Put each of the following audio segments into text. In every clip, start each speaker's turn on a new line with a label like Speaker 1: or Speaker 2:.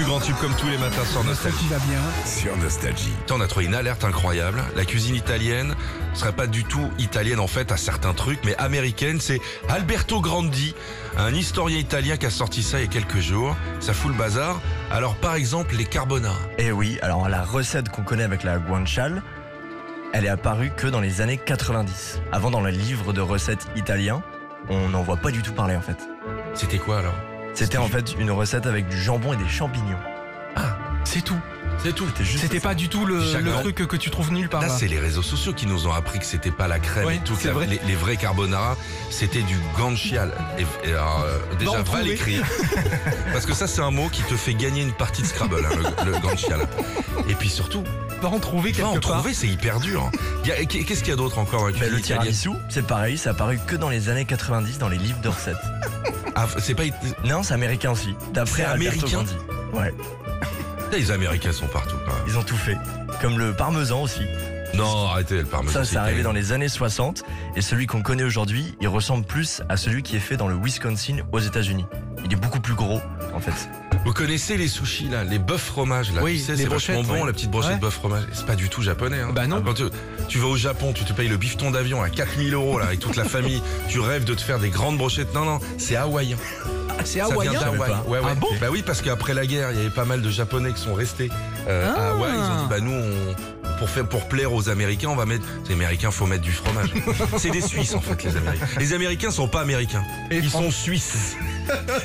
Speaker 1: Moment tube comme tous les matins sur Nostalgie.
Speaker 2: qui va bien.
Speaker 3: sur Nostalgie.
Speaker 1: On a trouvé une alerte incroyable. La cuisine italienne serait pas du tout italienne en fait à certains trucs, mais américaine. C'est Alberto Grandi, un historien italien qui a sorti ça il y a quelques jours. Ça fout le bazar. Alors par exemple les carbonara.
Speaker 4: Et Eh oui, alors la recette qu'on connaît avec la guanciale, elle est apparue que dans les années 90. Avant, dans les livres de recettes italiens, on n'en voit pas du tout parler en fait.
Speaker 1: C'était quoi alors
Speaker 4: C'était en fait une recette avec du jambon et des champignons.
Speaker 2: C'est tout.
Speaker 1: C'est tout.
Speaker 4: C'était juste.
Speaker 2: C'était
Speaker 4: ça.
Speaker 2: pas du tout le,
Speaker 1: Jacques
Speaker 2: le
Speaker 1: Grand.
Speaker 2: truc que, que tu trouves nulle part.
Speaker 1: Là,
Speaker 2: là.
Speaker 1: c'est les réseaux sociaux qui nous ont appris que c'était pas la crème
Speaker 2: Ouais,
Speaker 1: et tout. que
Speaker 2: c'est
Speaker 1: la-
Speaker 2: vrai.
Speaker 1: Les, les vrais carbonara, c'était du ganchial. Et, et alors, euh, déjà,
Speaker 2: en
Speaker 1: va
Speaker 2: trouver.
Speaker 1: l'écrire. Parce que ça, c'est un mot qui te fait gagner une partie de Scrabble, hein, le, le ganchial. Et puis surtout,
Speaker 2: Va en trouver quelque
Speaker 1: va en
Speaker 2: part.
Speaker 1: trouver, c'est hyper dur. Il y a- qu'est- Qu'est-ce qu'il y a d'autre encore dans la
Speaker 4: Bah,
Speaker 1: cuisine
Speaker 4: le
Speaker 1: italienne
Speaker 4: tiramisu, c'est pareil, ça a apparu que dans les années 90 dans les livres de recettes.
Speaker 1: Ah, C'est pas. it-
Speaker 4: Non, c'est américain aussi. D'après
Speaker 1: C'est
Speaker 4: Alberto
Speaker 1: américain
Speaker 4: Grandi. Ouais,
Speaker 1: Les Américains sont partout. quand même.
Speaker 4: ils ont tout fait. Comme le parmesan aussi.
Speaker 1: Non, arrêtez le parmesan.
Speaker 4: Ça,
Speaker 1: c'est
Speaker 4: c'est arrivé
Speaker 1: italien.
Speaker 4: dans les années 60. Et celui qu'on connaît aujourd'hui, il ressemble plus à celui qui est fait dans le Wisconsin aux États-Unis. Il est beaucoup plus gros, en fait.
Speaker 1: Vous connaissez les sushis là, les bœufs fromage là,
Speaker 2: Oui,
Speaker 1: tu sais, c'est
Speaker 2: les
Speaker 1: vachement
Speaker 2: brochettes,
Speaker 1: bon
Speaker 2: ouais.
Speaker 1: la petite brochette
Speaker 2: Ouais.
Speaker 1: bœuf fromage. C'est pas du tout japonais. Hein.
Speaker 2: Bah non.
Speaker 1: Quand tu, tu vas au Japon, tu te payes le bifton d'avion à 4000 euros là avec toute la famille. Tu rêves de te faire des grandes brochettes. Non non, c'est hawaïen.
Speaker 2: C'est
Speaker 1: Ça vient
Speaker 2: hawaïen.
Speaker 1: d'Hawaï. Ouais, ouais.
Speaker 2: Ah bon
Speaker 1: bah oui, parce qu'après la guerre, il y avait pas mal de Japonais qui sont restés euh, à
Speaker 2: Ah.
Speaker 1: Hawaï. Ils ont dit bah nous on- pour faire pour plaire aux Américains, on va mettre les Américains, faut mettre du fromage. c'est des Suisses en fait les Américains. Les Américains sont pas américains.
Speaker 2: Et
Speaker 1: Ils
Speaker 2: Fran-
Speaker 1: sont suisses.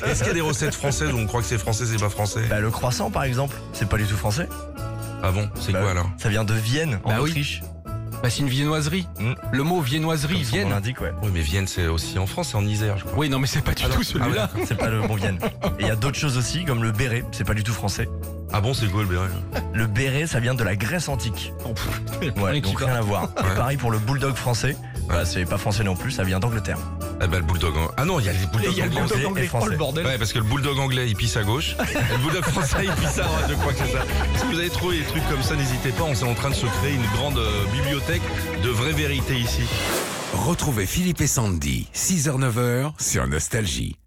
Speaker 1: Est-ce qu'il y a des recettes françaises où on croit que c'est français, c'est pas français
Speaker 4: Bah, le croissant, par exemple, c'est pas du tout français.
Speaker 1: Ah bon, c'est
Speaker 4: Bah,
Speaker 1: quoi alors
Speaker 4: Ça vient de Vienne, en
Speaker 2: Bah oui.
Speaker 4: Autriche.
Speaker 2: Bah, c'est une viennoiserie.
Speaker 1: Hmm.
Speaker 4: Mm.
Speaker 2: Le mot viennoiserie,
Speaker 4: Comme son nom
Speaker 2: Vienne.
Speaker 4: l'indique, ouais.
Speaker 1: Oui, mais Vienne, c'est aussi en France, c'est en Isère, je crois.
Speaker 2: Oui, non, mais c'est pas du
Speaker 1: Ah non.
Speaker 2: tout celui-là.
Speaker 1: Ah, ouais.
Speaker 4: C'est pas le bon Vienne. Et il y a d'autres choses aussi, comme le béret, c'est pas du tout français.
Speaker 1: Ah bon, c'est quoi le béret
Speaker 4: Le béret, ça vient de la Grèce antique.
Speaker 2: Oh,
Speaker 4: Ouais,
Speaker 2: Rien qui
Speaker 4: donc
Speaker 2: va.
Speaker 4: rien à voir. Et
Speaker 1: Ouais.
Speaker 4: pareil pour le bulldog français.
Speaker 1: Ouais.
Speaker 4: Bah, c'est pas français non plus, ça vient d'Angleterre.
Speaker 1: Ah bah le bulldog. hein. Ah non, il y a les
Speaker 2: Et il y a
Speaker 1: bulldogs
Speaker 2: le
Speaker 1: anglais.
Speaker 2: bulldog
Speaker 4: Français
Speaker 2: anglais.
Speaker 4: et
Speaker 2: Oh,
Speaker 4: français.
Speaker 2: le bordel.
Speaker 1: Ouais, parce que le bulldog anglais, il pisse à gauche. Et le bulldog français, il pisse à droite, je crois que c'est ça. Si vous avez trouvé des trucs comme ça, n'hésitez pas, on est en train de se créer une grande euh, bibliothèque de vraies vérités ici.
Speaker 3: Retrouvez Philippe et Sandy, 6h-9h sur Nostalgie.